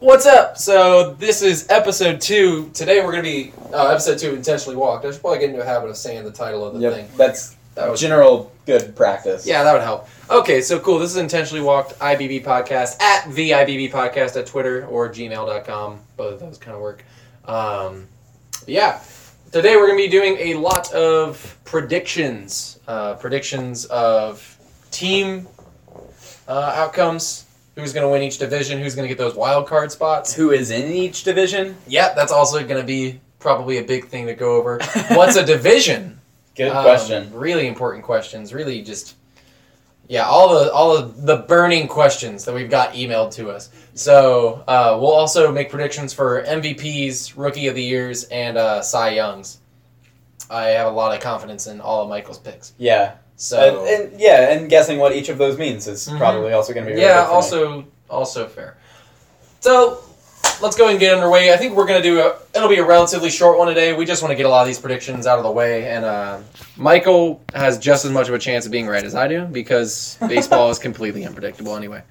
What's up? So this is episode two. Today we're gonna be uh, episode two. Intentionally walked. I should probably get into a habit of saying the title of the Yep, thing. that's That was general good practice. yeah, that would help. Okay, so cool. This is intentionally walked IBB podcast at the IBB podcast at Twitter or gmail.com. Both of those kind of work. Um, yeah, today we're gonna be doing a lot of predictions. Uh, predictions of team uh, outcomes. Who's gonna win each division? Who's gonna get those wild card spots? Who is in each division? Yeah, that's also going to be probably a big thing to go over. What's a division? Good Um, question. Really important questions. Really just yeah, all the all of the burning questions that we've got emailed to us. So uh, we'll also make predictions for MVPs, Rookie of the Years, and uh, Cy Youngs. I have a lot of confidence in all of Michael's picks. Yeah. So and, and- yeah, and guessing what each of those means is Mhm. probably also going to be really yeah, good for me. also also fair. So let's go ahead and get underway. I think we're gonna do a. It'll be a relatively short one today. We just want to get a lot of these predictions out of the way, and uh, Michael has just as much of a chance of being right as I do because baseball is completely unpredictable anyway.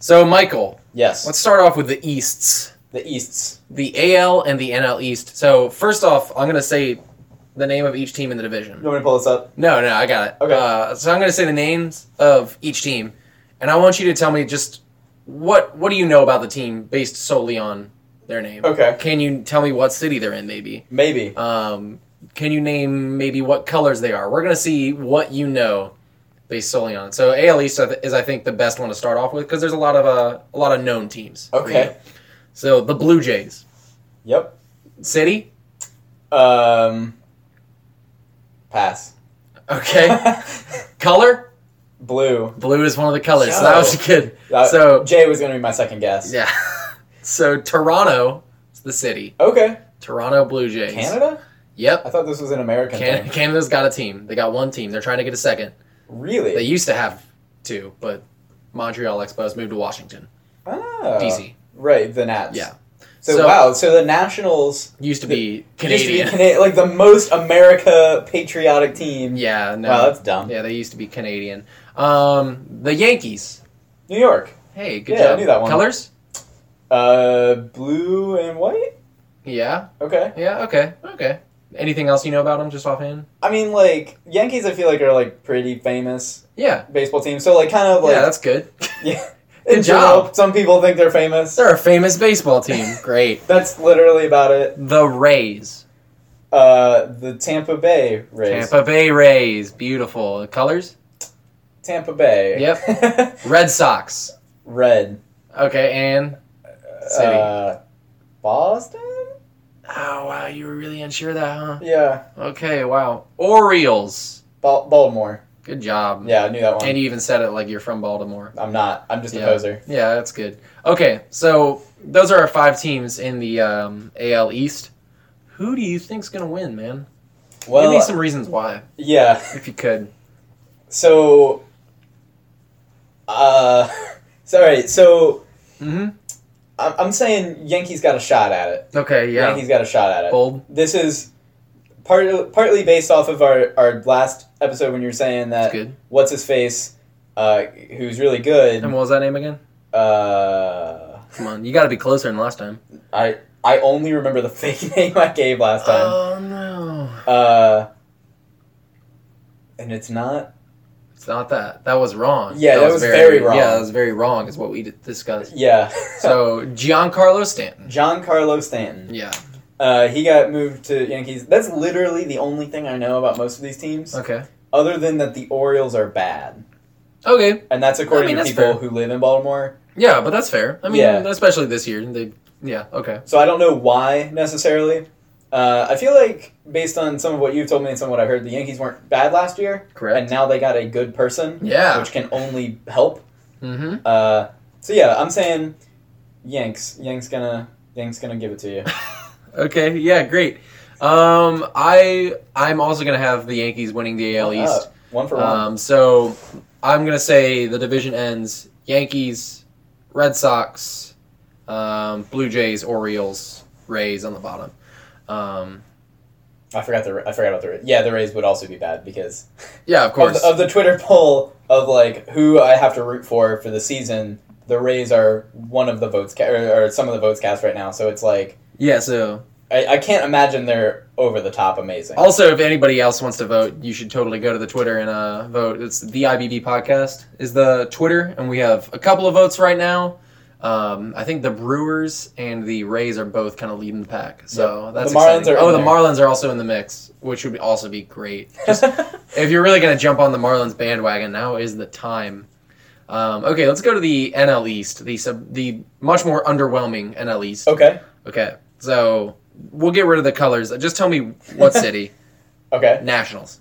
So Michael, Yes. let's start off with the Easts, the Easts? the AL and the NL East. So first off, I'm gonna say the name of each team in the division. You want me to pull this up? No, no, I got it. Okay. Uh, so I'm going to say the names of each team, and I want you to tell me just what what do you know about the team based solely on their name. Okay. Can you tell me what city they're in, maybe? Maybe. Um, can you name maybe what colors they are? We're going to see what you know based solely on. So AL East I th- is I think the best one to start off with because there's a lot of uh, a lot of known teams. for Okay. you. So the Blue Jays, Yep. city. Um, pass. Okay. Color Blue. blue is one of the colors. So that was good. Uh, so J was going to be my second guess. Yeah. So Toronto, is the city, Okay. Toronto Blue Jays. Canada? Yep. I thought this was an American Can- thing. Canada's got a team. They got one team. They're trying to get a second. They Really? used to have two, but Montreal Expos moved to Washington, oh. DC. Right, the Nats. Yeah. So, So- wow, so the Nationals Used to be used to be Canadian. Cana- like the most America patriotic team. yeah. No. Wow, that's dumb. yeah, they used to be Canadian. Um, the Yankees. New York, Hey, good Yeah, I job. knew that one. Colors? uh, blue and white. Yeah. Okay, Yeah. Okay. Okay. Anything else you know about them, just offhand? I mean like Yankees, I feel like are like pretty famous Yeah. baseball team. So like kind of like yeah, that's good. yeah. Good in general, job. some people think they're famous. They're a famous baseball team. Great. That's literally about it. The Rays. Uh, the Tampa Bay Rays. Tampa Bay Rays, beautiful The colors. Tampa Bay. Yep. Red Sox. Red. Okay, and City. Uh, Boston. oh wow, you were really unsure of that, huh? Yeah. Okay, wow. Orioles. Bal- Baltimore. Good job. Yeah, I knew that one. And you even said it like you're from Baltimore. I'm not. I'm just Yeah. a poser. Yeah, that's good. Okay, so those are our five teams in the um, AL East. Who do you think's gonna win, man? Well, Give me some reasons why, yeah. if you could. So, uh, sorry. So Mm-hmm. I'm, I'm saying Yankees got a shot at it. Okay, yeah. Yankees got a shot at it. Bold. This is part, partly based off of our, our last episode when you were saying That's that good. what's his face, uh, who's really good. And what was that name again? Uh, Come on, you got to be closer than last time. I I only remember the fake name I gave last time. Oh no. Uh, and it's not. It's not that. That was wrong. Yeah, that was very wrong. Yeah, that was very wrong. Is what we d- discussed. Yeah. So Giancarlo Stanton. John Carlos Stanton. Yeah. Uh, he got moved to Yankees. That's literally the only thing I know about most of these teams, Okay. other than that the Orioles are bad, Okay. and that's according I mean, to that's people fair. who live in Baltimore. Yeah, but that's fair. I mean, Yeah. especially this year. They. Yeah. Okay. So I don't know why necessarily. Uh, I feel like based on some of what you've told me and some of what I heard, the Yankees weren't bad last year, and Correct. now they got a good person, yeah. which can only help. Mm-hmm. Uh, so yeah, I'm saying Yanks. Yanks gonna Yanks gonna give it to you. Okay. Yeah. Great. Um, I I'm also gonna have the Yankees winning the AL Uh, East. one for one. Um, so I'm gonna say the division ends Yankees, Red Sox, um, Blue Jays, Orioles, Rays on the bottom. Um, I forgot the I forgot about the Rays. Yeah, the Rays would also be bad because. yeah, of of course. the, of the Twitter poll of like who I have to root for for the season, the Rays are one of the votes ca- or, or some of the votes cast right now. So it's like Yeah, so I, I can't imagine they're over the top amazing. also if anybody else wants to vote, you should totally go to the Twitter and uh, vote. It's the IBB podcast is the Twitter, and we have a couple of votes right now. Um, I think the Brewers and the Rays are both kind of leading the pack, so that's The Marlins exciting. are oh, in the there. Marlins are also in the mix, which would also be great. Just if you're really gonna jump on the Marlins bandwagon, now is the time. Um, okay, let's go to the NL East, the sub, the much more underwhelming NL East. okay. Okay, so we'll get rid of the colors. Just tell me what city. Okay. Nationals.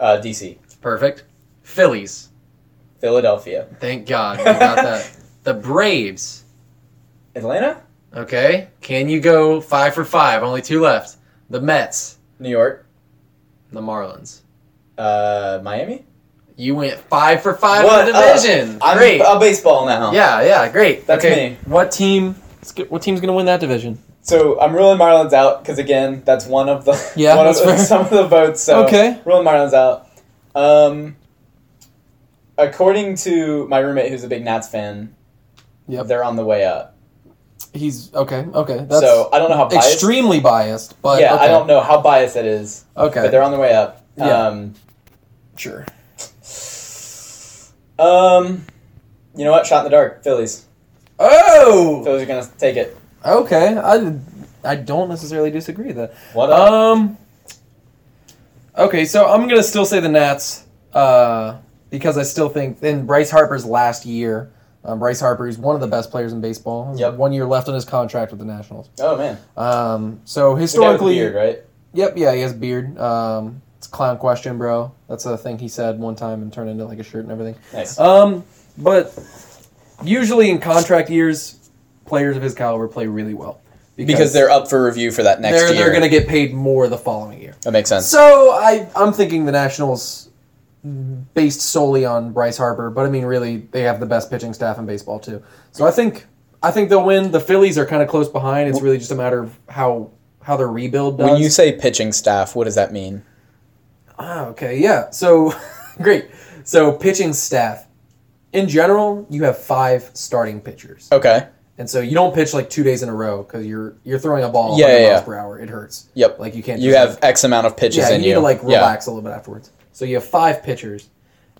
Uh, DC, Perfect. Phillies. Philadelphia, Thank God we got that. The Braves. Atlanta, Okay, can you go five for five? Only two left. The Mets. New York, The Marlins. uh, Miami. You went five for five What in the up? division. I'm Great. a baseball now. Yeah, yeah, great. That's okay. me. What team? What team's gonna win that division? So I'm ruling Marlins out because again, that's one of the Yeah, one of that's the- fair. some of the votes. So Okay. ruling Marlins out. Um, according to my roommate, who's a big Nats fan, Yep. they're on the way up. He's okay. Okay, so I don't know how biased. extremely biased, but yeah, I don't know how biased that is, Okay, but they're on the way up. Yeah. Um, sure. um, you know what? Shot in the dark. Phillies. Oh, Phillies are gonna take it. okay. I I don't necessarily disagree with that. What up? Um. Okay, so I'm gonna still say the Nats uh, because I still think in Bryce Harper's last year, um, Bryce Harper is one of the best players in baseball. He's Yep. One year left on his contract with the Nationals. oh man, Um. So The guy with the historically, beard, right? yep, yeah, he has a beard. Um. It's a clown question, bro. That's a thing he said one time and turned into like a shirt and everything. Nice. Um, but usually in contract years, players of his caliber play really well because they're up for review for that next they're, year. they're going to get paid more the following year. that makes sense. So I I'm thinking the Nationals, based solely on Bryce Harper, but I mean really they have the best pitching staff in baseball too. So I think I think they'll win. The Phillies are kind of close behind. It's really just a matter of how how their rebuild does. When you say pitching staff, what does that mean? Ah, okay, yeah. So great. So pitching staff. In general, you have five starting pitchers. Okay. And so you don't pitch like two days in a row because you're you're throwing a ball Yeah, 100 yeah, miles yeah. per hour. It hurts. Yep. Like you can't. you just, have like- X amount of pitches yeah. You in need you. to like Yeah. relax a little bit afterwards. So you have five pitchers,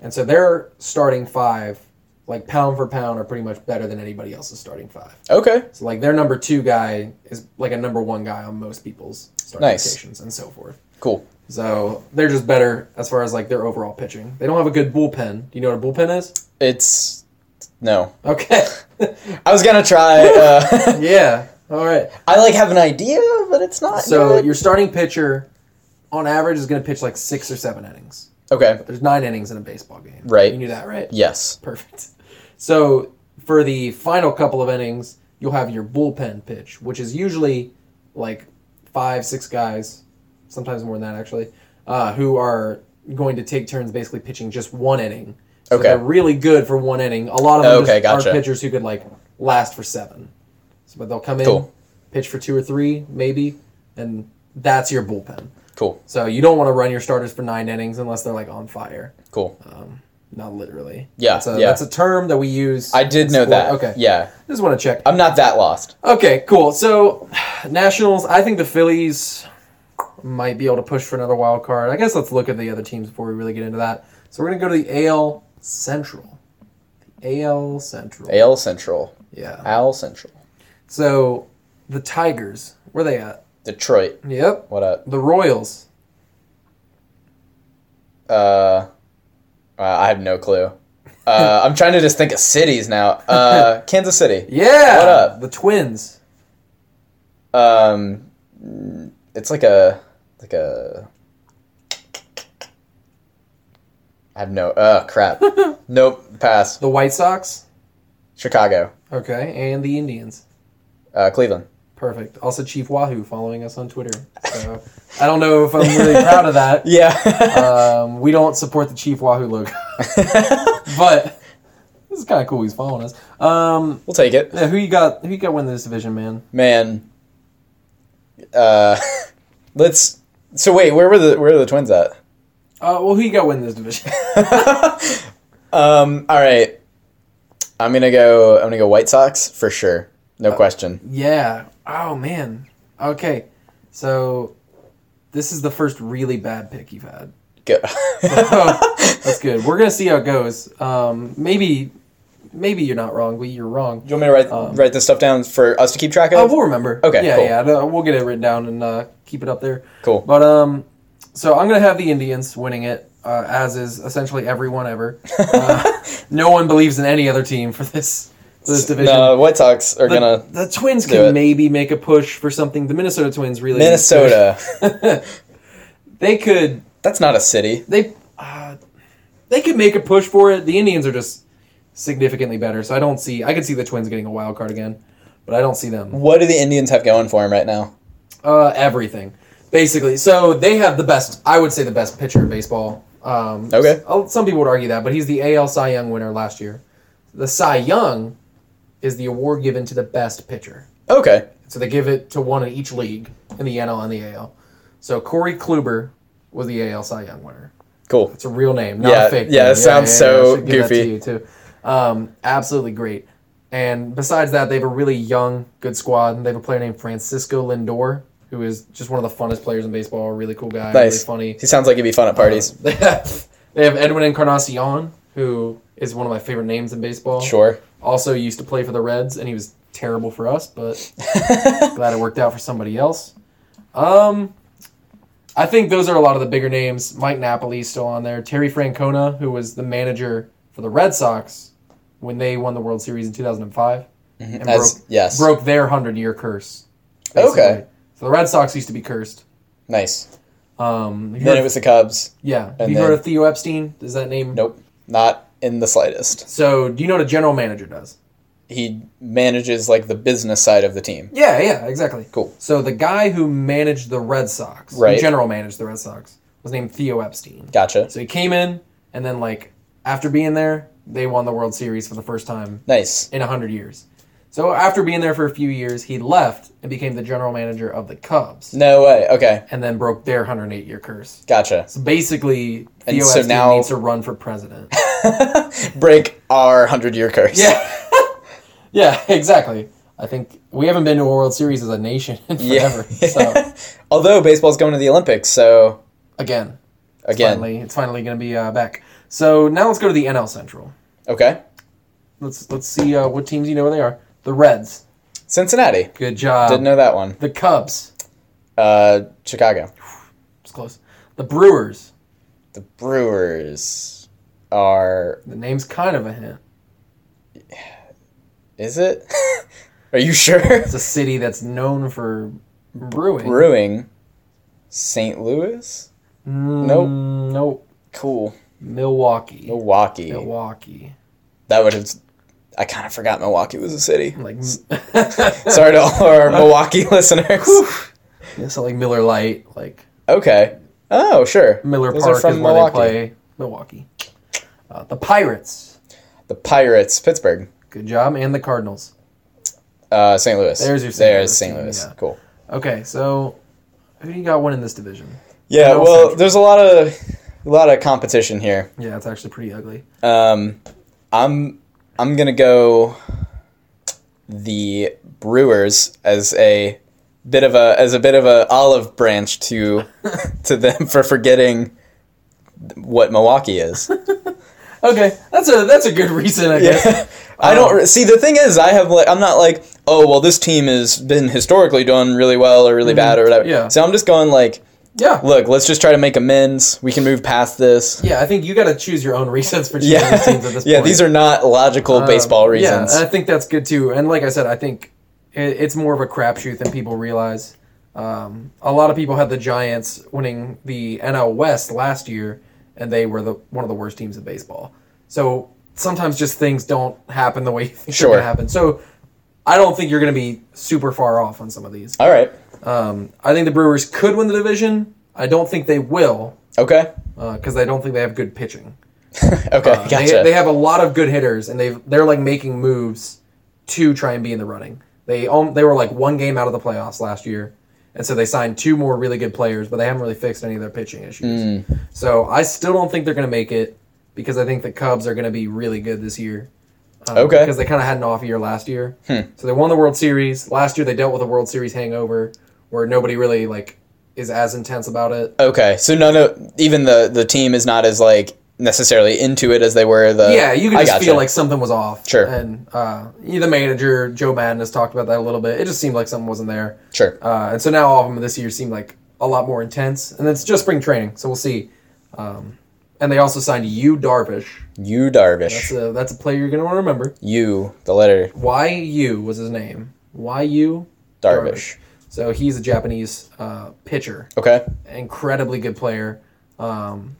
and so their starting five, like pound for pound, are pretty much better than anybody else's starting five. Okay. So like their number two guy is like a number one guy on most people's starting Nice. rotations and so forth. Cool. So they're just better as far as like their overall pitching. They don't have a good bullpen. Do you know what a bullpen is? It's no. Okay. I was gonna try. Uh, yeah. All right. I like have an idea, but it's not. So good. your starting pitcher, on average, is going to pitch like six or seven innings. okay. There's nine innings in a baseball game. Right. You knew that, right? Yes. Perfect. So for the final couple of innings, you'll have your bullpen pitch, which is usually like five, six guys, sometimes more than that actually, uh, who are going to take turns basically pitching just one inning. So Okay. They're really good for one inning. A lot of them Okay, just gotcha. are pitchers who could like last for seven. So, but they'll come in, Cool. pitch for two or three maybe, and that's your bullpen. Cool. So you don't want to run your starters for nine innings unless they're like on fire. Cool. Uh, Not literally. Yeah, That's a, yeah. That's a term that we use. I did in know sport. that. Okay. Yeah. Just want to check. I'm not that lost. Okay, cool. So, Nationals. I think the Phillies might be able to push for another wild card. I guess let's look at the other teams before we really get into that. So we're gonna go to the AL Central. The AL Central. AL Central. Yeah. AL Central. So the Tigers. Where they at? Detroit. Yep. What up? The Royals. Uh, uh, I have no clue. Uh, I'm trying to just think of cities now. Uh, Kansas City. Yeah. What up? The Twins. Um, it's like a like a. I have no. Oh crap. nope. Pass. The White Sox. Chicago. Okay, and the Indians. Uh, Cleveland. Perfect. Also, Chief Wahoo following us on Twitter. So I don't know if I'm really proud of that. Yeah. Um, we don't support the Chief Wahoo logo, but this is kind of cool. He's following us. Um, we'll take it, yeah, who you got? Who you got winning this division, man? man. Uh, let's. So wait, where were the where are the twins at? Uh, well, who you got winning this division? Um. All right. I'm gonna go. I'm gonna go White Sox for sure. No Uh, question. Yeah. Oh man. Okay. So this is the first really bad pick you've had. Go. That's good. We're gonna see how it goes. Um, maybe, maybe you're not wrong. We, you're wrong. you want me to write um, write this stuff down for us to keep track Uh, of? we'll remember. Okay, Yeah, cool. yeah. no, We'll get it written down and uh, keep it up there. cool. But um, so I'm gonna have the Indians winning it, uh, as is essentially everyone ever. Uh, no one believes in any other team for this for this division. No, Uh, White Sox are the, gonna the Twins do can it. maybe make a push for something. The Minnesota Twins really need to push. Minnesota. They could That's not a city. they uh, they could make a push for it. The Indians are just significantly better, so I don't see. I could see the Twins getting a wild card again, but I don't see them. What do the Indians have going for them right now? Uh, everything, basically. So they have the best. I would say the best pitcher in baseball. Um, Okay. s- Some people would argue that, but he's the AL Cy Young winner last year. The Cy Young is the award given to the best pitcher. Okay. So they give it to one in each league in the NL and the AL. So Corey Kluber was the AL Cy Young winner. Cool. It's a real name, not Yeah, a fake. yeah, name. it sounds so I should give that to goofy. you, too. Um, absolutely great. And besides that, they have a really young, good squad. They have a player named Francisco Lindor, who is just one of the funnest players in baseball. A really cool guy, Nice. really He sounds like he'd be fun at parties. funny. they have Edwin Encarnacion, who is one of my favorite names in baseball. Sure. Also used to play for the Reds, and he was terrible for us, but glad it worked out for somebody else. Um, I think those are a lot of the bigger names. Mike Napoli's still on there. Terry Francona, who was the manager for the Red Sox when they won the World Series in 2005, and Mm-hmm. As broke, yes. broke their 100 year curse. Okay. So the Red Sox used to be cursed. Nice. Um, have you Then heard- it was the Cubs. yeah. Have and you heard then- of Theo Epstein? Does that name? Nope. Not in the slightest. So do you know what a general manager does? He manages like the business side of the team. Yeah, yeah, exactly. Cool. So the guy who managed the Red Sox, who Right. general managed the Red Sox, was named Theo Epstein. Gotcha. So he came in, and then like after being there, they won the World Series for the first time Nice. in hundred years. So after being there for a few years, he left and became the general manager of the Cubs, No way. Okay. and then broke their hundred eight year curse. Gotcha. So basically, And Theo so Epstein now- needs to run for president. Break our hundred year curse. yeah, yeah, exactly. I think we haven't been to a World Series as a nation in Yeah. forever. So Although baseball's going to the Olympics, so again, again. finally, it's finally going to be uh, back. So now let's go to the NL Central. Okay. Let's let's see uh, what teams you know where they are. The Reds. Cincinnati. Good job. Didn't know that one. The Cubs. Uh Chicago. It's close. The Brewers. The Brewers are The name's kind of a hint. is it? are you sure? It's a city that's known for brewing. Brewing. St. Louis? Mm, Nope. Nope. Cool. Milwaukee. Milwaukee. Milwaukee. That would have I kind of forgot Milwaukee was a city. Like Sorry to all our Milwaukee listeners. Yeah, so like Miller Light, like Okay. Oh, sure. Miller Those are Park is where from they Milwaukee. play. Milwaukee. Uh, the Pirates. The Pirates, Pittsburgh, Good job, and the Cardinals. uh, St. Louis. There's your St. There's Louis St. team, Louis. yeah. Cool. Okay, so who do you got winning this division? Yeah. NL well, Central. there's a lot of a lot of competition here. Yeah, it's actually pretty ugly. Um, I'm I'm gonna go the Brewers as a bit of a as a bit of a olive branch to to them for forgetting what Milwaukee is. Okay, that's a that's a good reason, I guess. Yeah. Um, I don't re- see the thing is I have like I'm not like oh well this team has been historically done really well or really bad or whatever. Mm-hmm. Yeah. So I'm just going like Yeah, look let's just try to make amends. We can move past this. yeah. I think you got to choose your own reasons for choosing Yeah, these teams at this yeah. point. These are not logical Um, baseball reasons. Yeah, and I think that's good too. And like I said, I think it, it's more of a crapshoot than people realize. Um, a lot of people had the Giants winning the NL West last year, and they were the one of the worst teams in baseball. So sometimes just things don't happen the way you think Sure. they're gonna happen. So I don't think you're gonna be super far off on some of these. All right. Um, I think the Brewers could win the division. I don't think they will Okay. because I don't think they have good pitching. Okay. Uh, gotcha. They, they have a lot of good hitters, and they've they're like making moves to try and be in the running. They om- they were like one game out of the playoffs last year, and so they signed two more really good players, but they haven't really fixed any of their pitching issues. Mm. So I still don't think they're going to make it because I think the Cubs are going to be really good this year. um, Okay. Hmm. Because they kind of had an off year last year. So they won the World Series. Last year they dealt with a World Series hangover where nobody really like is as intense about it. Okay, so no, no, even the the team is not as like necessarily into it as they were. The yeah, you can I just gotcha. feel like something was off. Sure. And uh, the manager, Joe Madden, has talked about that a little bit. It just seemed like something wasn't there. sure. Uh, and so now all of them this year seem like a lot more intense. And it's just spring training, so we'll see. Um, and they also signed Yu Darvish. You That's Darvish, a, that's a player you're going to want to remember. you the letter YU was his name. YU Darvish. So he's a Japanese uh, pitcher, Okay, incredibly good player. Um,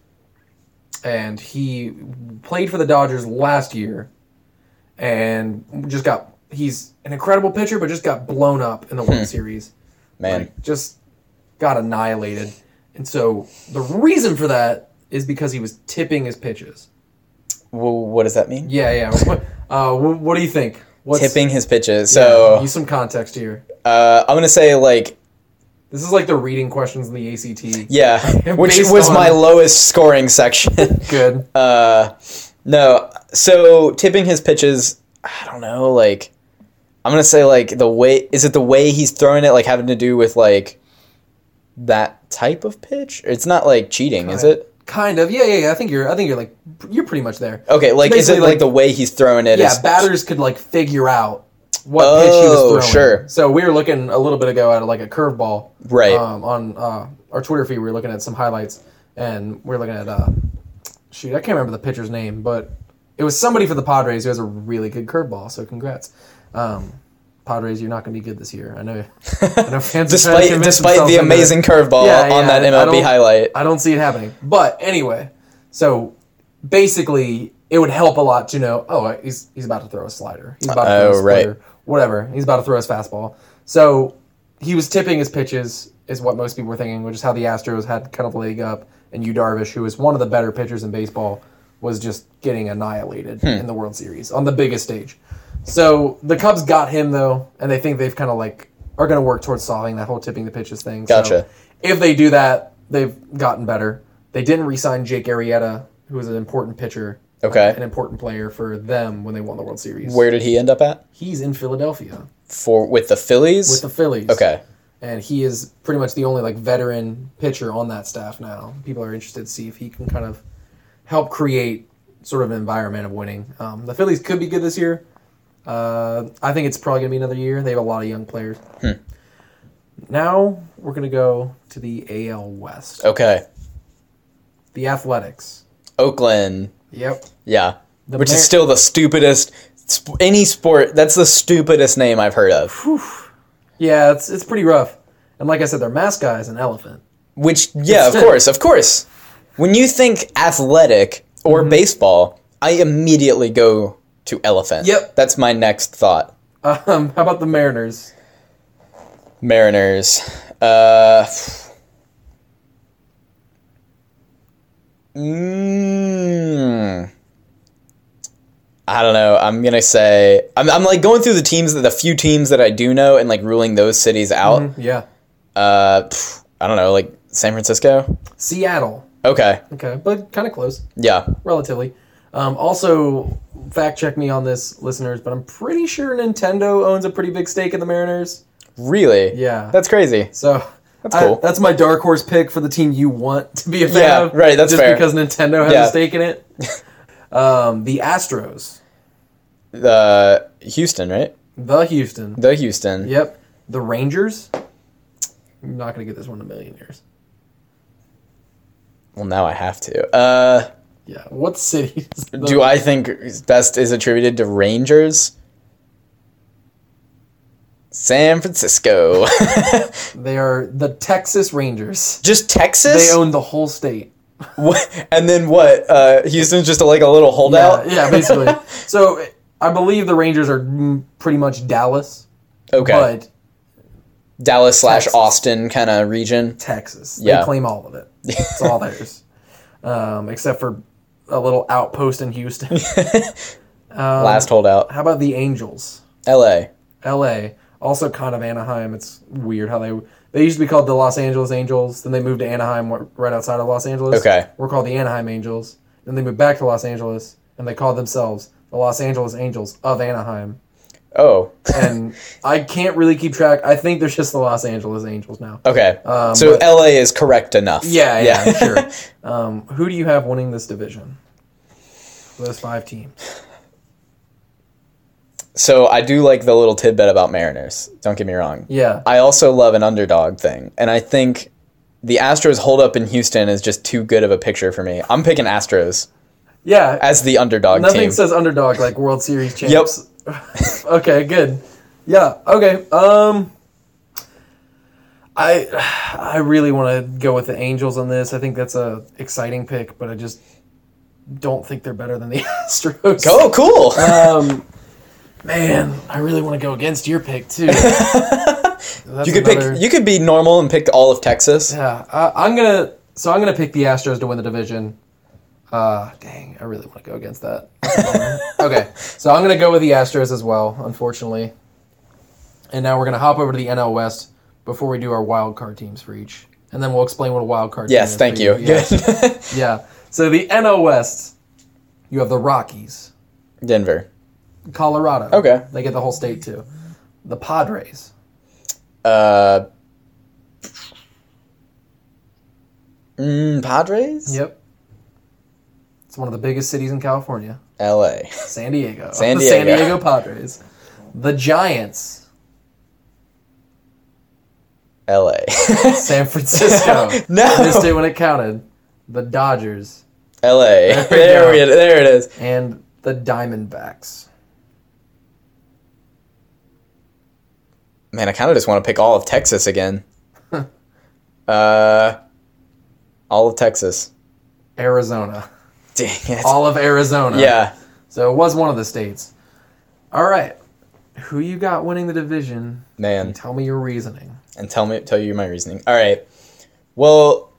and he played for the Dodgers last year and just got, he's an incredible pitcher, but just got blown up Hmm. in the World Series. man. Like, just got annihilated. And so the reason for that is because he was tipping his pitches. Wh- what does that mean? Yeah, yeah. What, uh, wh- what do you think? What's, Tipping his pitches. Yeah, So use some context here. uh, I'm gonna say like This is like the reading questions in the ACT. yeah, which Based was on- my lowest scoring section. Good. Uh, no. So tipping his pitches, I don't know. Like, I'm gonna say like the way is it the way he's throwing it like having to do with like that type of pitch? It's not like cheating, is Right. it? Kind of. Yeah, yeah, yeah. I think you're. I think you're like you're pretty much there. Okay, like is it Basically, like, like- the way he's throwing it? Yeah, is- batters could like figure out what pitch he Oh, was throwing. sure. So we were looking a little bit ago at like a curveball. Right. Um, on uh, our Twitter feed, we were looking at some highlights, and we were looking at uh, shoot, I can't remember the pitcher's name, but it was somebody for the Padres who has a really good curveball. So congrats. Um, Padres, you're not going to be good this year. I know. I know fans are trying to despite convince despite themselves the into it. amazing curveball Yeah, on yeah, that I don't- MLB highlight. I don't see it happening. But anyway, so basically, it would help a lot to know. Oh, he's he's about to throw a slider. He's about to throw a Oh, splitter. right. Whatever. He's about to throw his fastball. So he was tipping his pitches, is what most people were thinking, which is how the Astros had kind of the leg up, and Yu Darvish, who is one of the better pitchers in baseball, was just getting annihilated Hmm. in the World Series on the biggest stage. So the Cubs got him though, and they think they've kind of like are going to work towards solving that whole tipping the pitches thing. So Gotcha. if they do that, they've gotten better. They didn't re-sign Jake Arrieta, who was an important pitcher, Okay. an important player for them when they won the World Series. Where did he end up at he's in Philadelphia for with the Phillies? with the Phillies. okay, and he is pretty much the only like veteran pitcher on that staff now. People are interested to see if he can kind of help create sort of an environment of winning. Um, the Phillies could be good this year. Uh, I think it's probably gonna be another year. They have a lot of young players. Hmm. Now we're gonna go to the AL West. okay, The Athletics. Oakland. Yep. Yeah. The Which Mar- is still the stupidest sp- any sport that's the stupidest name I've heard of. Yeah, it's it's pretty rough. And like I said, their mascot is an elephant. Which yeah, of course, of course. When you think athletic or Mm-hmm. baseball, I immediately go to elephant. Yep. That's my next thought. Um, how about the Mariners? Mariners. Uh Mm, I don't know. I'm gonna say I'm, I'm like going through the teams, the few teams that I do know, and like ruling those cities out. Yeah. uh, pff, I don't know, like San Francisco. Seattle. Okay, Okay, but kind of close. yeah, relatively. Um, also, fact check me on this, listeners, but I'm pretty sure Nintendo owns a pretty big stake in the Mariners. really, Yeah. that's crazy. So that's cool. that's my dark horse pick for the team you want to be a fan Yeah, of. right, that's just fair. because Nintendo has Yeah. a stake in it. um, the Astros, The Uh, Houston, right? the Houston. The Houston. Yep. The Rangers. I'm not gonna get this one in a million years. Well, now I have to. Uh, Yeah. What cities? do I think best is attributed to Rangers? San Francisco, They are the Texas Rangers. just Texas, They own the whole state. What- and then what? Uh, Houston's just like a little holdout. Yeah, yeah, basically. so I believe the Rangers are mm, pretty much Dallas, okay, but Dallas slash Texas. Austin kind of region. Texas. Yeah. They claim all of it. It's all theirs, um, except for a little outpost in Houston. Um, Last holdout, How about the Angels? L.A. L.A. Also, kind of Anaheim. It's weird how they they used to be called the Los Angeles Angels. Then they moved to Anaheim, wh- right outside of Los Angeles. Okay. we're called the Anaheim Angels. Then they moved back to Los Angeles, and they called themselves the Los Angeles Angels of Anaheim. Oh, And I can't really keep track. I think there's just the Los Angeles Angels now. okay. Um, so but- LA is correct enough. Yeah, yeah, sure. Um, who do you have winning this division? Those five teams. so I do like the little tidbit about Mariners. Don't get me wrong. Yeah. I also love an underdog thing, and I think the Astros hold up in Houston is just too good of a picture for me. I'm picking Astros Yeah. as the underdog Nothing team. says underdog like World Series champs. Yep. okay, good. Yeah. Okay. Um, I I really want to go with the Angels on this. I think that's a exciting pick, but I just don't think they're better than the Astros. oh, cool. Um, man, I really want to go against your pick too. That's you could another- pick. You could be normal and pick all of Texas. yeah, uh, I'm gonna. So I'm gonna pick the Astros to win the division. Uh, dang, I really want to go against that. That's a bummer. okay, so I'm gonna go with the Astros as well, unfortunately. And now we're gonna hop over to the NL West before we do our wild card teams for each, and then we'll explain what a wild card. team Yes, is thank for you. Yeah. Good. yeah. So the NL West, you have the Rockies, Denver. Colorado. Okay. they get the whole state too. The Padres, Uh, mm, Padres. Yep. It's one of the biggest cities in California. L.A. San Diego. San The San Diego. Diego Padres. The Giants. L.A. San Francisco. No. Missed it when it counted. The Dodgers. L.A. There, we, there it is. And the Diamondbacks. Man, I kind of just want to pick all of Texas again. uh, all of Texas. Arizona. Dang it. All of Arizona. yeah. So it was one of the states. All right. Who you got winning the division? Man. Tell me your reasoning. and tell me tell you my reasoning. All right. Well,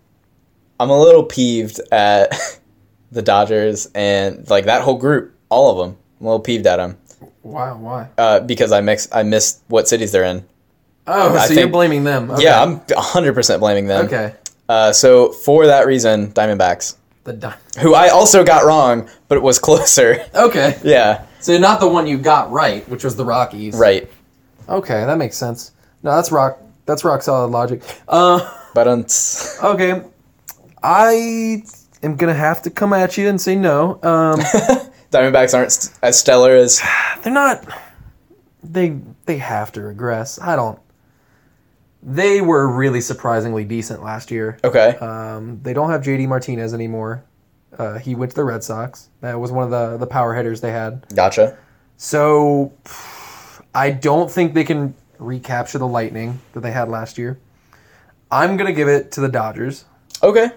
I'm a little peeved at the Dodgers and like that whole group, all of them. I'm a little peeved at them Wow, why? uh, because I mix I missed what cities they're in. Oh, I so you're think- blaming them. Okay. Yeah, I'm 100% blaming them. Okay. Uh, so for that reason, Diamondbacks, The di- who I also got wrong, but it was closer. Okay. yeah, So not the one you got right, which was the Rockies. right. Okay, that makes sense. No, that's rock. That's rock solid logic. Uh, But um, okay, I am gonna have to come at you and say no. Um, Diamondbacks aren't st- as stellar as they're not. They they have to regress. I don't. They were really surprisingly decent last year. okay. Um, they don't have JD Martinez anymore. Uh, he went to the Red Sox. That was one of the the power hitters they had. Gotcha. So I don't think they can recapture the lightning that they had last year. I'm going to give it to the Dodgers. Okay.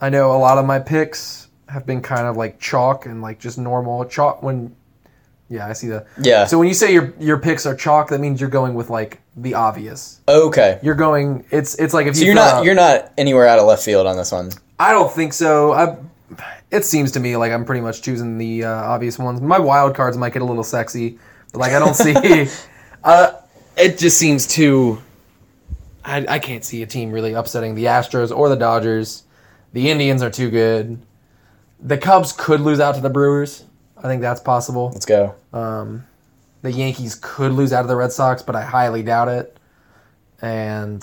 I know a lot of my picks have been kind of like chalk and like just normal chalk when yeah, I see that. Yeah. So when you say your your picks are chalk, that means you're going with like the obvious. okay. You're going it's it's like if So you you're thought not out- you're not anywhere out of left field on this one. I don't think so. I, it seems to me like I'm pretty much choosing the uh, obvious ones. My wild cards might get a little sexy, but like I don't see. uh, it just seems too. I, I can't see a team really upsetting the Astros or the Dodgers. The Indians are too good. The Cubs could lose out to the Brewers. I think that's possible. Let's go. The Yankees could lose out to the Red Sox, but I highly doubt it. And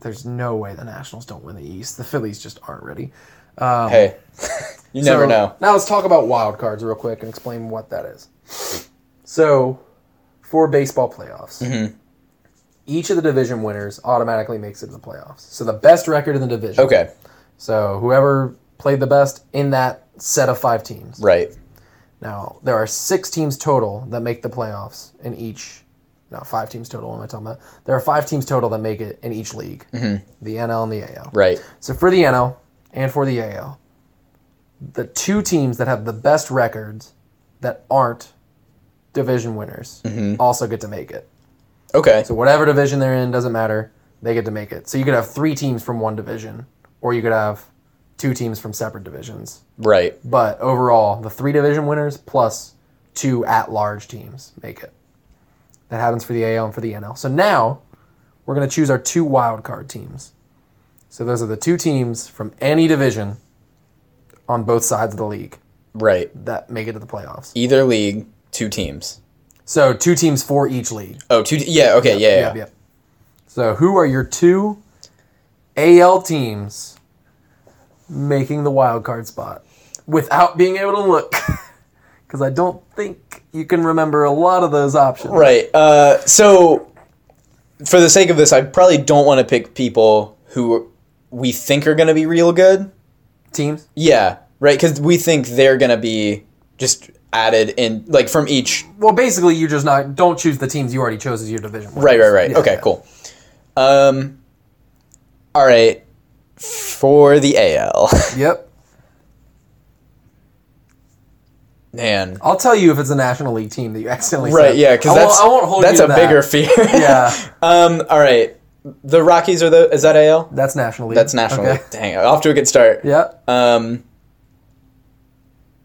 there's no way the Nationals don't win the East. The Phillies just aren't ready. hey, you never So, know. Now let's talk about wild cards real quick and explain what that is. So, for baseball playoffs, Mm-hmm. each of the division winners automatically makes it to the playoffs. So the best record in the division. Okay, So whoever played the best in that set of five teams. right. Now there are six teams total that make the playoffs in each. No, five teams total. What am I talking about? There are five teams total that make it in each league. Mm-hmm. The NL and the AL. Right. So for the NL and for the AL, the two teams that have the best records that aren't division winners also get to make it. Okay. So whatever division they're in doesn't matter. They get to make it. So you could have three teams from one division, or you could have two teams from separate divisions. Right. But overall, the three division winners plus two at large teams make it. That happens for the AL and for the NL. So now we're going to choose our two wild card teams. So those are the two teams from any division on both sides of the league. Right. that make it to the playoffs. Either league, two teams. So two teams for each league. Oh, two. Yeah. Okay. yeah. Yeah. Yep, yep. So who are your two AL teams making the wild card spot without being able to look? Because I don't think you can remember a lot of those options. Right. Uh, so, for the sake of this, I probably don't want to pick people who we think are going to be real good. Teams. Yeah. Right. Because we think they're going to be just added in, like from each. Well, basically, you just not don't choose the teams you already chose as your division. winners. Right. Right. Right. Yeah, okay. yeah. Cool. Um. All right. For the AL, Yep. man. I'll tell you if it's a National League team that you accidentally Right. said. Yeah. Because I won't- that's I won't hold that's you a to that. bigger fear. Yeah, Um. All right. The Rockies are the is that AL? that's National League. That's National Okay. League. Dang, off to a good start. Yep. Um,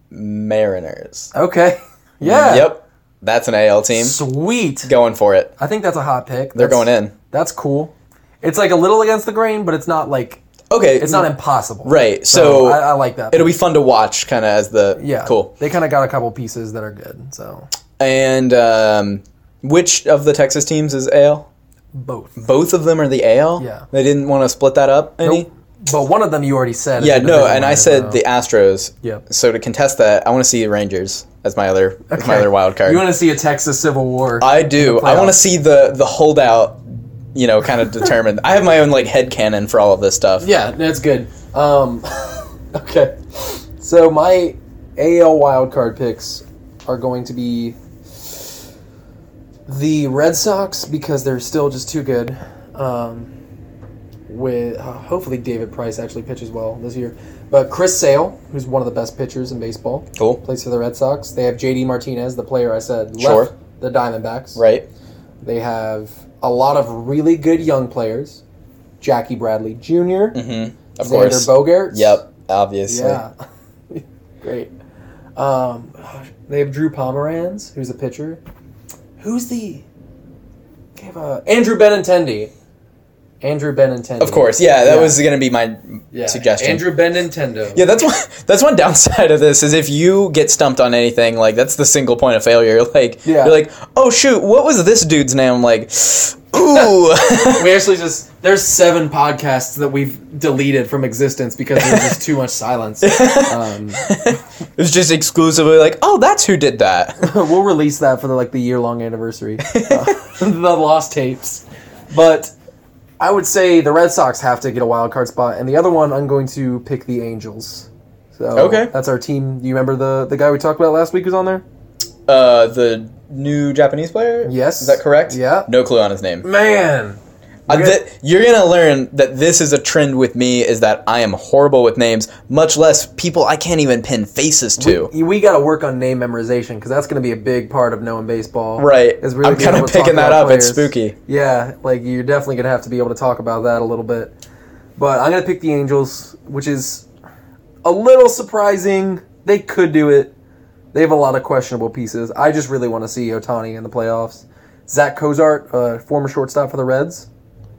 Mariners. Okay. Yeah. Yep. That's an AL team. Sweet. Going for it. I think that's a hot pick. They're That's- going in. That's cool. It's like a little against the grain, but it's not like Okay. it's not impossible. Mm. Right. So, So, I, I like that. it'll be fun to watch, kind of as the yeah. Cool. They kind of got a couple pieces that are good. So And um, which of the Texas teams is AL? both. Both of them are the AL. Yeah. They didn't want to split that up any. Nope. But one of them you already said. is Yeah. a No. division And I winner, said so- the Astros. Yep. So to contest that, I want to see the Rangers as my other as my Okay. other wild card. You want to see a Texas Civil War? I do. I playoffs. want to see the the holdout, you know, kind of determined. I have my own like head cannon for all of this stuff. yeah, that's good. Um, okay. So my AL wildcard picks are going to be the Red Sox because they're still just too good. Um, with uh, hopefully David Price actually pitches well this year, but Chris Sale, who's one of the best pitchers in baseball, Cool. plays for the Red Sox. They have J.D. Martinez, the player I said Sure. left the Diamondbacks. Right. They have a lot of really good young players. Jackie Bradley junior Mm-hmm. Of Xander course. Bogaerts. Yep. Obviously. Yeah. Great. Um, gosh, they have Drew Pomeranz, who's a pitcher. Who's the? They have uh, Andrew Benintendi. Andrew Benintendi. Of course. Yeah. That Yeah. was gonna be my Yeah. suggestion. Andrew Benintendo. yeah, that's one. That's one downside of this is if you get stumped on anything, like that's the single point of failure. Like Yeah. you're like, oh shoot, what was this dude's name? like, ooh, We actually just there's seven podcasts that we've deleted from existence because there's just too much silence. Um, it was just exclusively like, oh, that's who did that. we'll release that for the, like the year long anniversary, uh, the lost tapes. But I would say the Red Sox have to get a wild card spot, and the other one I'm going to pick the Angels. So Okay. that's our team. Do you remember the the guy we talked about last week who's on there? Uh, the new Japanese player. Yes. Is that correct? Yeah. No clue on his name. Man, Uh, Okay. th- you're gonna learn that this is a trend with me is that I am horrible with names, much less people I can't even pin faces to. we, we got to work on name memorization because that's going to be a big part of knowing baseball. right? Is really I'm being kind able of to talk picking that about up. It's players. spooky. Yeah, like you're definitely gonna have to be able to talk about that a little bit. But I'm gonna pick the Angels, which is a little surprising. They could do it. They have a lot of questionable pieces. I just really want to see Otani in the playoffs. Zach Cozart, uh, former shortstop for the Reds,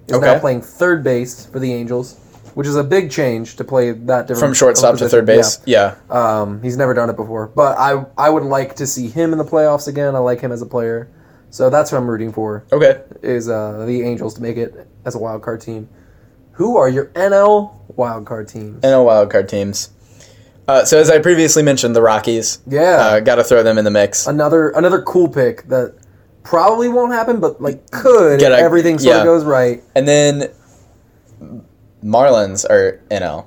is now Okay. playing third base for the Angels, which is a big change to play that different From shortstop to position. third base. Yeah. Yeah. Um, he's never done it before, but I I would like to see him in the playoffs again. I like him as a player, so that's what I'm rooting for Okay. is uh, the Angels to make it as a wild card team. Who are your NL wild card teams? NL wildcard teams. Uh, so as I previously mentioned, the Rockies. Yeah. Uh, Got to throw them in the mix. another another cool pick that probably won't happen, but like could Get if a- everything sort yeah. of goes right. And then Marlins are NL.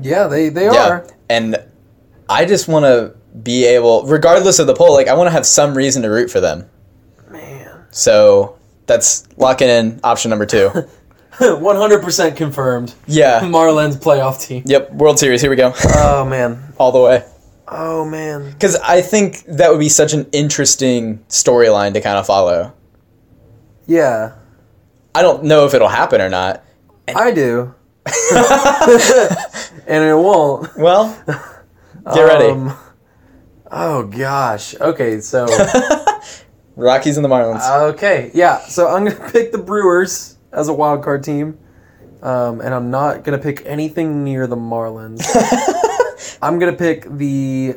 Yeah, they they are. And I just want to be able, regardless of the poll, like I want to have some reason to root for them. Man, So that's locking in option number two. one hundred percent confirmed. Yeah. Marlins playoff team. Yep. World Series. Here we go. Oh man. All the way. Oh man. Because I think that would be such an interesting storyline to kind of follow. Yeah, I don't know if it'll happen or not. I do. and it won't. Well, get ready. Um, oh gosh. Okay, so Rockies and the Marlins. Uh, okay, yeah. So I'm gonna pick the Brewers as a wild card team, um, and I'm not gonna pick anything near the Marlins. I'm gonna pick the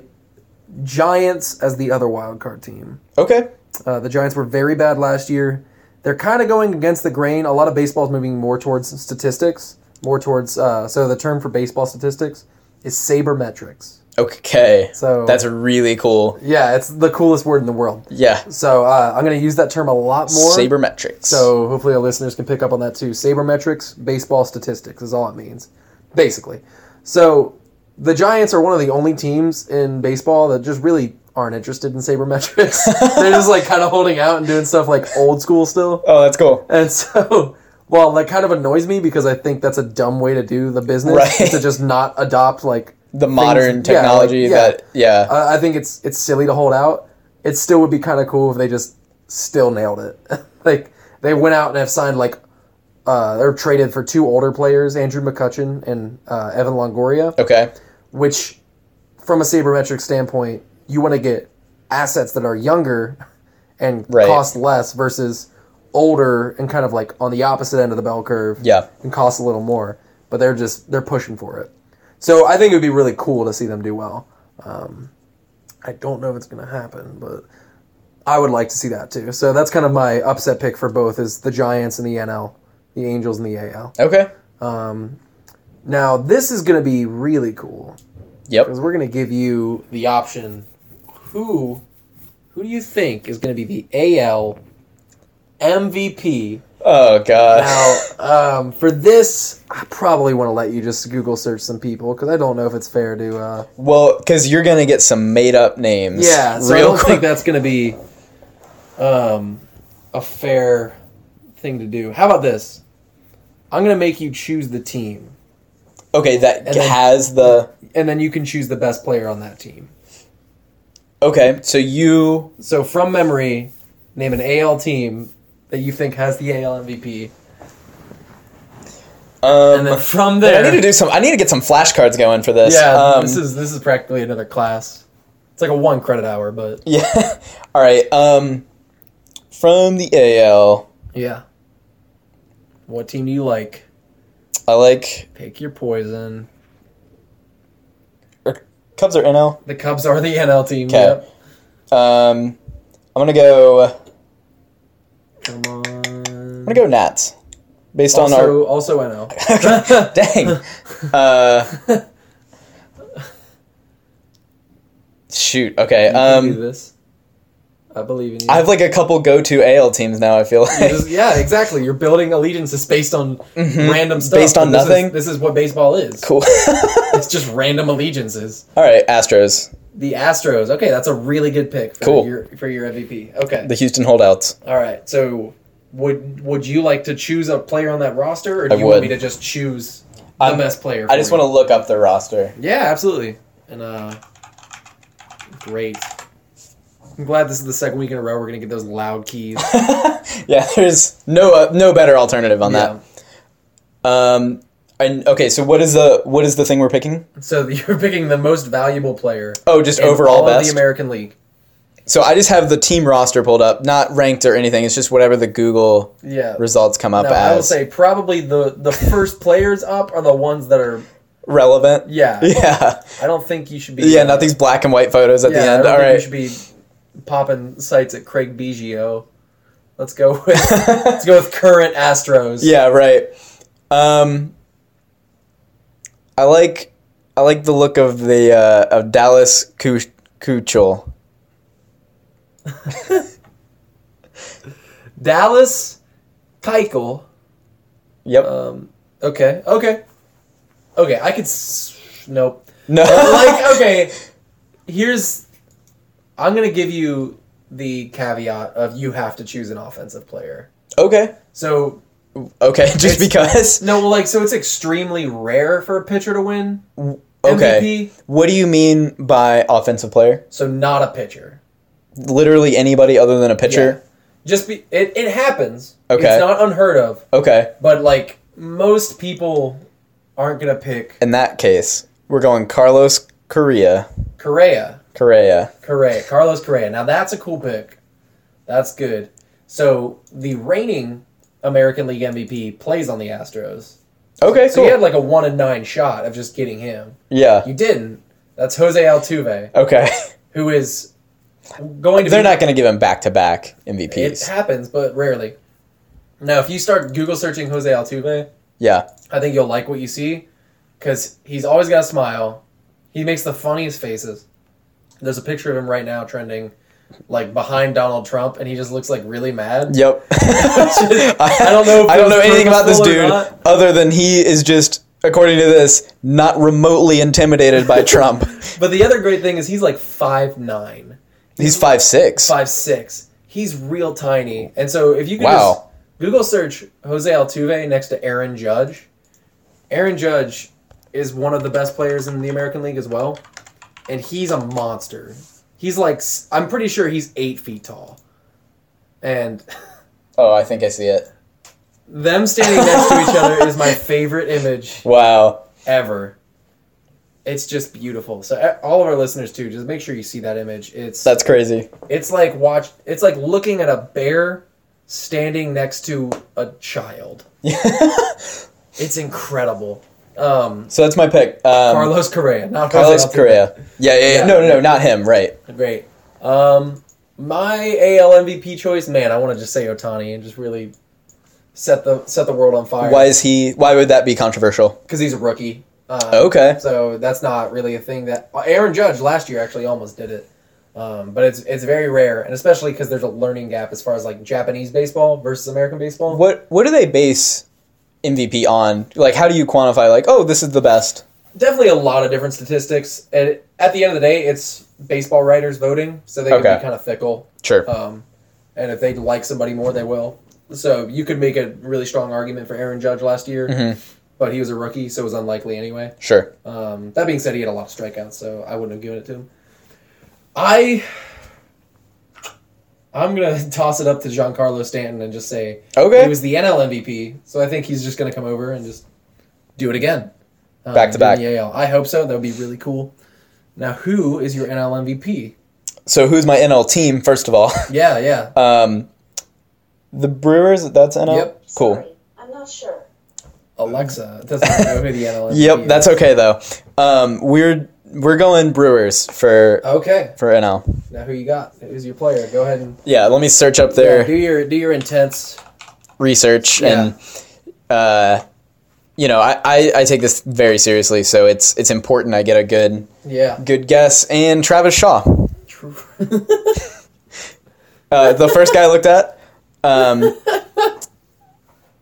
Giants as the other wild card team. Okay. Uh, the Giants were very bad last year. They're kind of going against the grain. A lot of baseball is moving more towards statistics, more towards. Uh, so the term for baseball statistics is sabermetrics. Okay. So- that's really cool. Yeah, it's the coolest word in the world. Yeah. So uh, I'm going to use that term a lot more. Sabermetrics. So hopefully our listeners can pick up on that too. Sabermetrics, baseball statistics is all it means, basically. So the Giants are one of the only teams in baseball that just really aren't interested in sabermetrics. They're just like kind of holding out and doing stuff like old school still. Oh, that's cool. And so, well, that kind of annoys me because I think that's a dumb way to do the business Right. is to just not adopt like The modern yeah, like, technology yeah. Uh, that yeah. I I think it's it's silly to hold out. It still would be kind of cool if they just still nailed it. like they went out and have signed like uh, or traded for two older players, Andrew McCutcheon and uh, Evan Longoria, okay. which from a sabermetric standpoint, you want to get assets that are younger and Right. cost less versus older and kind of like on the opposite end of the bell curve Yeah. and cost a little more. But they're just they're pushing for it. So I think it would be really cool to see them do well. Um, I don't know if it's going to happen, but I would like to see that too. So that's kind of my upset pick for both is the Giants and the NL, the Angels and the AL. Okay. Now this is going to be really cool Yep. because we're going to give you the option who who do you think is going to be the AL MVP Oh god. Now, um, for this, I probably want to let you just Google search some people because I don't know if it's fair to. Uh, Well, because you're gonna get some made up names. yeah, so I real don't quick. think that's going to be um, a fair thing to do. How about this? I'm going to make you choose the team, okay, that then- has the. and then you can choose the best player on that team. Okay, so you. So, from memory, name an AL team that you think has the AL MVP, and Um, then from I there, need to do some. I need to get some flashcards going for this. yeah, Um, this is this is practically another class. It's like a one credit hour, but Yeah. All right. Um, from the AL, Yeah. What team do you like? I like Pick your poison. or er, Cubs or NL. The Cubs are the NL team. Okay. Yep. Um, I'm gonna go. I'm Come on. gonna go Nats, based on Also, also NL. our. Dang. Uh, shoot. Okay. You can do Um, this. I believe in you. I have like a couple go-to AL teams now. I feel You like. just- yeah, exactly. You're building allegiances based on random stuff. Mm-hmm. Based on This is- nothing? this is what baseball is. Cool. It's just random allegiances. All right, Astros, The Astros. Okay, that's a really good pick for Cool. your for your MVP. Okay. the Houston holdouts. All right. So would would you like to choose a player on that roster, or do I you want would. me to just choose the I'm- best player? I just for want you? to look up the roster. Yeah, absolutely. And uh great. I'm glad this is the second week in a row we're gonna get those loud keys. Yeah, there's no uh, no better alternative on yeah. that. Um, and okay, so what is the what is the thing we're picking? So you're picking the most valuable player. Oh, just in overall all of the best. American League. so I just have the team roster pulled up, not ranked or anything. It's just whatever the Google Yeah. results come up Now, as I will say probably the the first players up are the ones that are relevant. yeah. Yeah, I don't think you should be yeah. Not these black and white photos at yeah, the I end. don't All think right. you should be popping sites at Craig Biggio. Let's go with let's go with current Astros. Yeah, right. Um, I like I like the look of the uh, of Dallas Kuch- Kuchel. Dallas Keuchel. Yep. Um, okay, okay, okay. I could. S- nope. no. like, okay. Here's. I'm gonna give you the caveat of you have to choose an offensive player. okay. So Okay. Just It's- because. no, well, like, so it's extremely rare for a pitcher to win Okay. MVP. What do you mean by offensive player? So not a pitcher. Literally anybody other than a pitcher. Just be it. It happens. Okay. It's not unheard of, Okay. but like most people aren't gonna pick In that case, we're going Carlos Correa. Correa. Correa. Correa, Carlos Correa. Now that's a cool pick. That's good. So the reigning American League MVP plays on the Astros. Okay. So Cool. you had like a one in nine shot of just getting him. yeah. You didn't. That's Jose Altuve. Okay. who is going to They're be, not going to give him back to back It MVPs. happens, but rarely. Now, if you start Google searching Jose Altuve, yeah. I think you'll like what you see because he's always got a smile. He makes the funniest faces. There's a picture of him right now trending like behind Donald Trump, and he just looks like really mad. Yep. I don't know if I don't know it was anything about this purposeful or dude not. other than he is just, according to this, not remotely intimidated by Trump. But the other great thing is he's like five nine, He's five six. five six. He's real tiny, and so if you can Wow. just Google search Jose Altuve next to Aaron Judge, Aaron Judge is one of the best players in the American League as well, and he's a monster. He's like s- I'm pretty sure he's eight feet tall, and Oh, I think I see it. them standing next to each other is my favorite image Wow. ever. It's just beautiful. So uh, all of our listeners too, just make sure you see that image. It's That's crazy. It's like watch. It's like looking at a bear standing next to a child. it's incredible. Um, So that's my pick. Um, Carlos Correa, not Carlos Jose Altuve. Correa. Yeah, yeah, yeah. No, no, no, not him. Right. Great. Um, my AL MVP choice, man. I want to just say Otani and just really set the set the world on fire. Why is he? Why would that be controversial? Because he's a rookie. Uh, Okay. So that's not really a thing that Aaron Judge last year actually almost did it, um, but it's it's very rare, and especially because there's a learning gap as far as like Japanese baseball versus American baseball. What What do they base MVP on? Like, how do you quantify? Like, oh, this is the best. Definitely a lot of different statistics, and at the end of the day, it's baseball writers voting, so they can Okay. be kind of fickle. Sure. Um, and if they like somebody more, they will. So you could make a really strong argument for Aaron Judge last year, but he was a rookie, so it was unlikely anyway. sure. Um, that being said, he had a lot of strikeouts, so I wouldn't have given it to him. I, I'm gonna toss it up to Giancarlo Stanton and just say Okay. he was the NL MVP, so I think he's just gonna come over and just do it again, Um, Back to in back. the AL. I hope so. That would be really cool. Now, who is your NL MVP? So who's my NL team? First of all, Yeah, yeah. um, the Brewers. That's NL. Yep. Cool. Sorry, I'm not sure. Alexa doesn't know who the NL MVP. Yep. That's is. okay though. Um, we're we're going Brewers for Uh, okay. for NL. Now, who you got? Who's your player? Go ahead and Yeah. Let me search up yeah, their do your do your intense. research and. Uh, you know, I, I, I take this very seriously, so it's it's important I get a good Yeah. Good guess. And Travis Shaw, True. uh, the first guy I looked at. Um,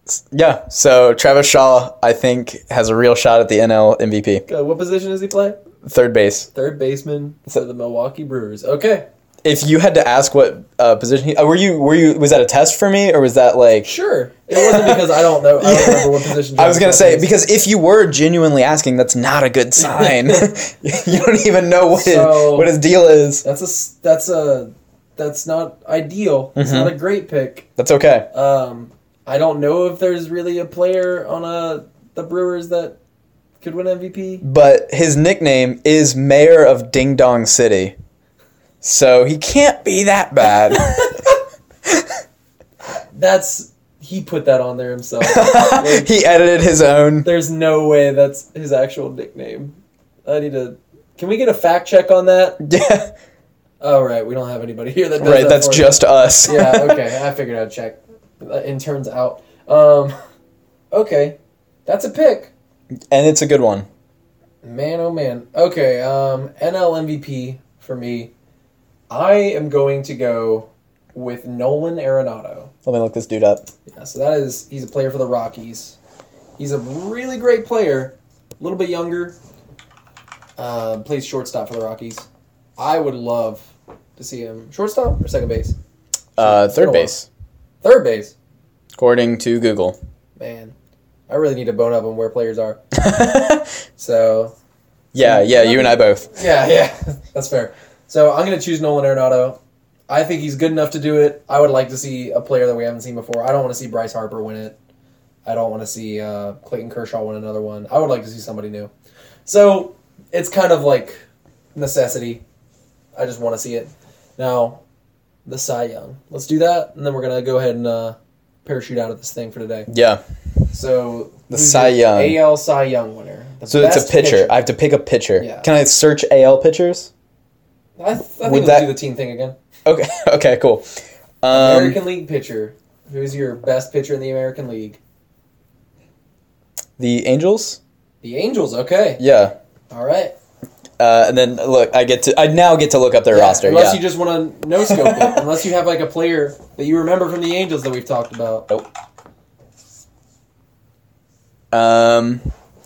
s- yeah, so Travis Shaw, I think, has a real shot at the NL MVP. Good. What position does he play? Third base. Third baseman for the Milwaukee Brewers. Okay, If you had to ask what uh, position he, uh, were you, were you, was that a test for me or was that like? sure. It wasn't because I don't know. I don't remember what position. I was gonna Jonathan say plays. because if you were genuinely asking, that's not a good sign. you don't even know what his, So- what his deal is. that's a s- that's a that's not ideal. It's Mm-hmm. not a great pick. That's okay. Um, I don't know if there's really a player on a the Brewers that could win MVP. but his nickname is Mayor of Ding Dong City. So he can't be that bad. That's he put that on there himself. Like, he edited his own. there's no way that's his actual nickname. I need to. Can we get a fact check on that? Yeah, All right, we don't have anybody here that does right, that that's for us. just us. yeah, okay. I figured I'd check. uh, In turns out. Um, okay. That's a pick. and it's a good one. Man, oh man. Okay, um, NL MVP for me. I am going to go with Nolan Arenado. Let me look this dude up. Yeah, so that is, he's a player for the Rockies. He's a really great player, a little bit younger, uh, plays shortstop for the Rockies. I would love to see him. Shortstop or second base? Uh, Sure, third base, Third base. according to Google. Man, I really need to bone up on where players are. So yeah, yeah, you and I both. yeah, yeah, that's fair. So I'm gonna choose Nolan Arenado. I think he's good enough to do it. I would like to see a player that we haven't seen before. I don't want to see Bryce Harper win it. I don't want to see uh, Clayton Kershaw win another one. I would like to see somebody new. So it's kind of like necessity. I just want to see it. Now, the Cy Young. Let's do that, and then we're gonna go ahead and uh, parachute out of this thing for today. Yeah, So The who's Cy your Young. AL Cy Young winner. The so it's a best pitcher. I have to pick a pitcher. Yeah. Can I search AL pitchers? I, I think Would we'll that- do the team thing again. Okay. Okay. Cool. Um, American League pitcher. Who's your best pitcher in the American League? the Angels. The Angels. Okay. Yeah. All right. Uh, and then look, I get to. I now get to look up their Yeah, roster. Unless Yeah. you just want to no scope it. Unless you have like a player that you remember from the Angels that we've talked about. um.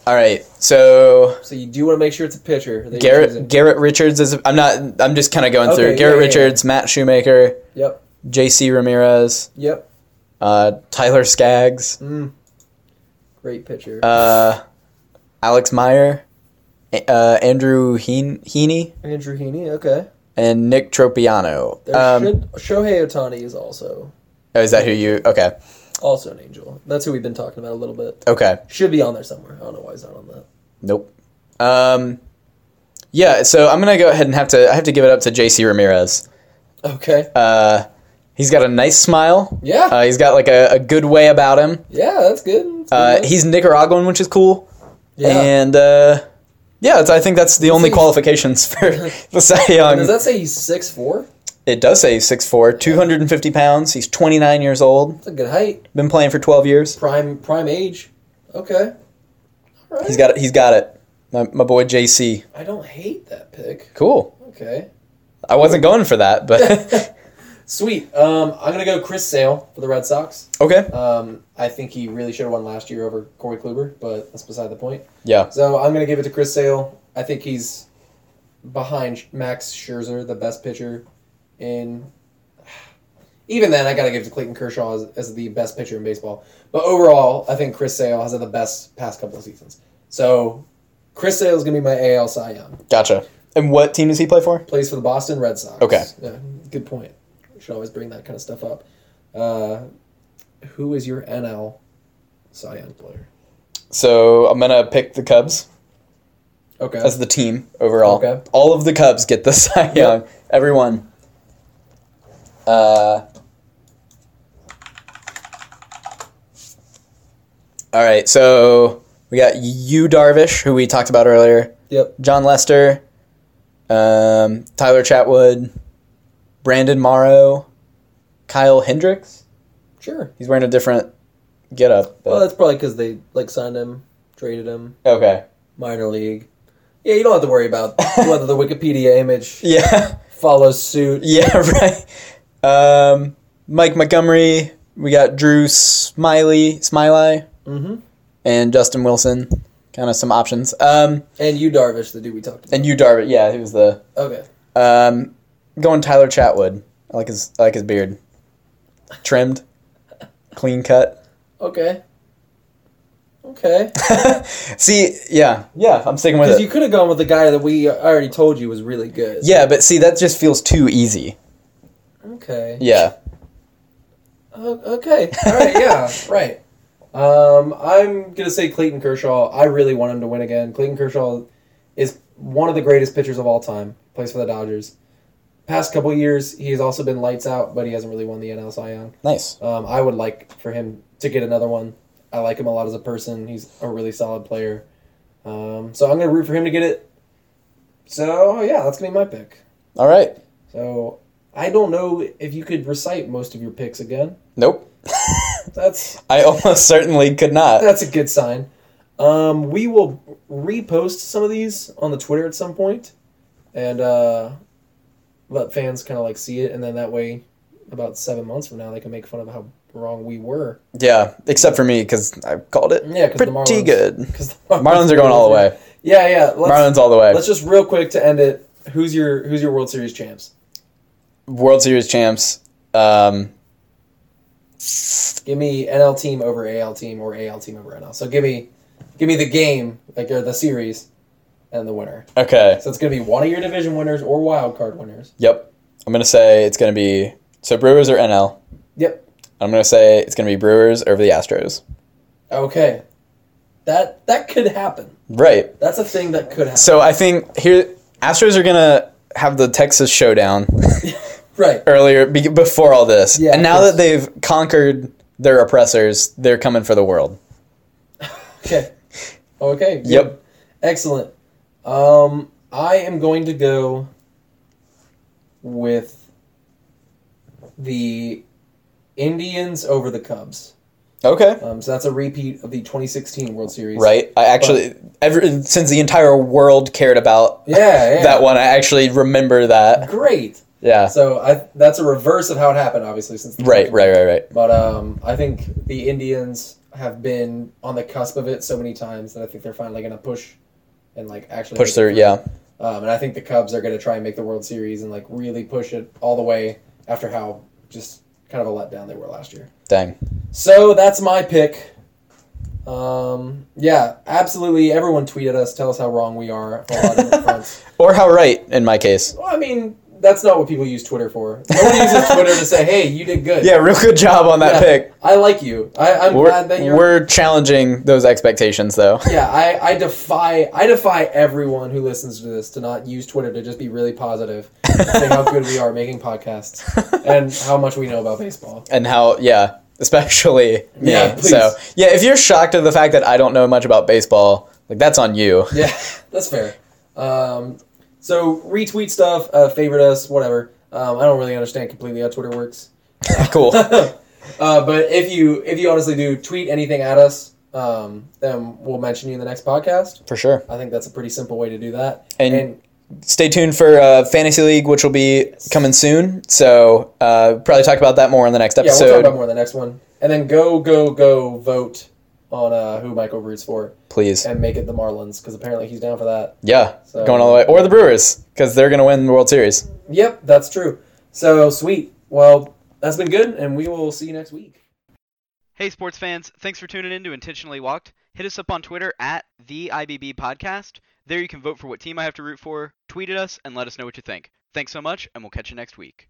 All right. So So you do want to make sure it's a pitcher. that you're Garrett choosing. Garrett Richards is. I'm not. I'm just kind of going Okay, through. yeah, Garrett yeah, yeah. Richards, Matt Shoemaker, Yep. J.C. Ramirez, Yep. uh, Tyler Skaggs, Mm. Great pitcher. uh, Alex Meyer, A- uh, Andrew Heen- Heaney, Andrew Heaney. Okay. and Nick Tropiano. There Um, should, Shohei Otani is also oh, is that who you? Okay. also an Angel. That's who we've been talking about a little bit. Okay. Should be on there somewhere. I don't know why he's not on that. Nope. Um, yeah, so I'm gonna go ahead and have to I have to give it up to JC Ramirez. Okay. Uh, he's got a nice smile. Yeah. Uh, he's got like a, a good way about him. yeah, that's good. That's Uh, good. he's Nicaraguan, which is cool. yeah. And uh, yeah, it's, I think that's the only he- qualifications for the Cy Young. Does that say he's six four? it does say he's 6'4", 250 pounds. He's 29 years old. That's a good height. Been playing for 12 years. Prime prime age. Okay. All right. He's got it. He's got it. My, my boy JC. I don't hate that pick. Cool. Okay. I wasn't going for that, but Sweet. Um, I'm gonna go Chris Sale for the Red Sox. okay. Um, I think he really should have won last year over Corey Kluber, but that's beside the point. Yeah. So I'm gonna give it to Chris Sale. I think he's behind Sh- Max Scherzer, the best pitcher in. Even then, I gotta give it to Clayton Kershaw as, as the best pitcher in baseball. But overall, I think Chris Sale has had the best past couple of seasons. So Chris Sale is gonna be my AL Cy Young. Gotcha. And what team does he play for? Plays for the Boston Red Sox. Okay. Yeah, good point. We should always bring that kind of stuff up. Uh, who is your NL Cy Young player? So I'm gonna pick the Cubs Okay. as the team overall. Okay. All of the Cubs get the Cy Young. Everyone. Uh. All right, so we got you Darvish, who we talked about earlier, yep. John Lester, um, Tyler Chatwood, Brandon Morrow, Kyle Hendricks. Sure. He's wearing a different getup. Well, But, that's probably because they like signed him, traded him, okay. minor league. Yeah, you don't have to worry about whether the Wikipedia image Yeah, follows suit. yeah, right. Um, Mike Montgomery. We got Drew Smiley, Smiley, Mm-hmm. and Justin Wilson. Kind of some options. Um, And you, Darvish, the dude we talked about. and you, Darvish. Yeah, he was the. Okay. Um, going Tyler Chatwood. I like his. I like his beard. Trimmed, clean cut. Okay. Okay. See, yeah, yeah. I'm sticking with Because it. you could have gone with the guy that we already told you was really good. yeah, but see, that just feels too easy. Okay. Yeah. O- okay. All right. Yeah. right. Um, I'm gonna say Clayton Kershaw. I really want him to win again. Clayton Kershaw is one of the greatest pitchers of all time. Plays for the Dodgers. Past couple years, he has also been lights out, but he hasn't really won the NL Cy Young. Nice. Um, I would like for him to get another one. I like him a lot as a person. He's a really solid player. Um, so I'm gonna root for him to get it. So yeah, that's gonna be my pick. All right. So I don't know if you could recite most of your picks again. Nope. That's I almost certainly could not. That's a good sign. Um, we will repost some of these on the Twitter at some point, and uh, let fans kind of like see it, and then that way, about seven months from now, they can make fun of how wrong we were. Yeah, except for me because I called it Yeah, 'cause the pretty Marlins- good. Because the Marlins are going all the way. Yeah, yeah. Let's, Marlins all the way. let's just real quick to end it. Who's your Who's your World Series champs? World Series champs. Um, Give me NL team over AL team or AL team over NL. So give me give me the game like or the series and the winner. okay. So it's gonna be one of your division winners or wild card winners. Yep. I'm gonna say it's gonna be so Brewers or NL. Yep. I'm gonna say it's gonna be Brewers over the Astros. Okay. That that could happen. Right. That's a thing that could happen. So I think here Astros are gonna have the Texas showdown right. earlier be- before all this, Yeah, and now 'cause- that they've conquered their oppressors, they're coming for the world. Okay. Okay. good. Yep. Excellent. Um I am going to go with the Indians over the Cubs. Okay. Um, so that's a repeat of the 2016 World Series. Right. I actually ever since the entire world cared about Yeah, yeah. that one, I actually remember that. Great. Yeah. So I that's a reverse of how it happened, obviously. Since the Right, right, right, right. But um, I think the Indians have been on the cusp of it so many times that I think they're finally going to push and like actually Push make it through, yeah. Um, and I think the Cubs are going to try and make the World Series and like really push it all the way after how just kind of a letdown they were last year. Dang. So that's my pick. Um, yeah, absolutely. Everyone tweet at us, tell us how wrong we are. on a lot of different fronts. Or how right in my case. Well, I mean, that's not what people use Twitter for. No one uses Twitter to say, "Hey, you did good." Yeah, real good job on that Yeah, pick. I like you. I, I'm glad that We're, you're. we're challenging those expectations though. yeah, I, I defy I defy everyone who listens to this to not use Twitter to just be really positive, and say how good we are making podcasts and how much we know about baseball. and how yeah especially me Yeah, please. so yeah if you're shocked at the fact that i don't know much about baseball like that's on you Yeah, that's fair. Um, so retweet stuff, uh, favorite us, whatever. Um, I don't really understand completely how Twitter works. cool Uh, but if you if you honestly do tweet anything at us, um, then we'll mention you in the next podcast. for sure I think that's a pretty simple way to do that. And- stay tuned for uh, fantasy league which will be coming soon so uh, probably talk about that more in the next yeah, we'll talk episode about more in the next one. And then go go go vote on uh, who Michael roots for please and make it the Marlins because apparently he's down for that. yeah So- going all the way or the brewers because they're going to win the world series Yep, that's true. So sweet. Well, that's been good, and we will see you next week. Hey, sports fans, thanks for tuning in to Intentionally Walked. Hit us up on Twitter at the IBB Podcast. There you can vote for what team I have to root for, tweet at us, and let us know what you think. Thanks so much, and we'll catch you next week.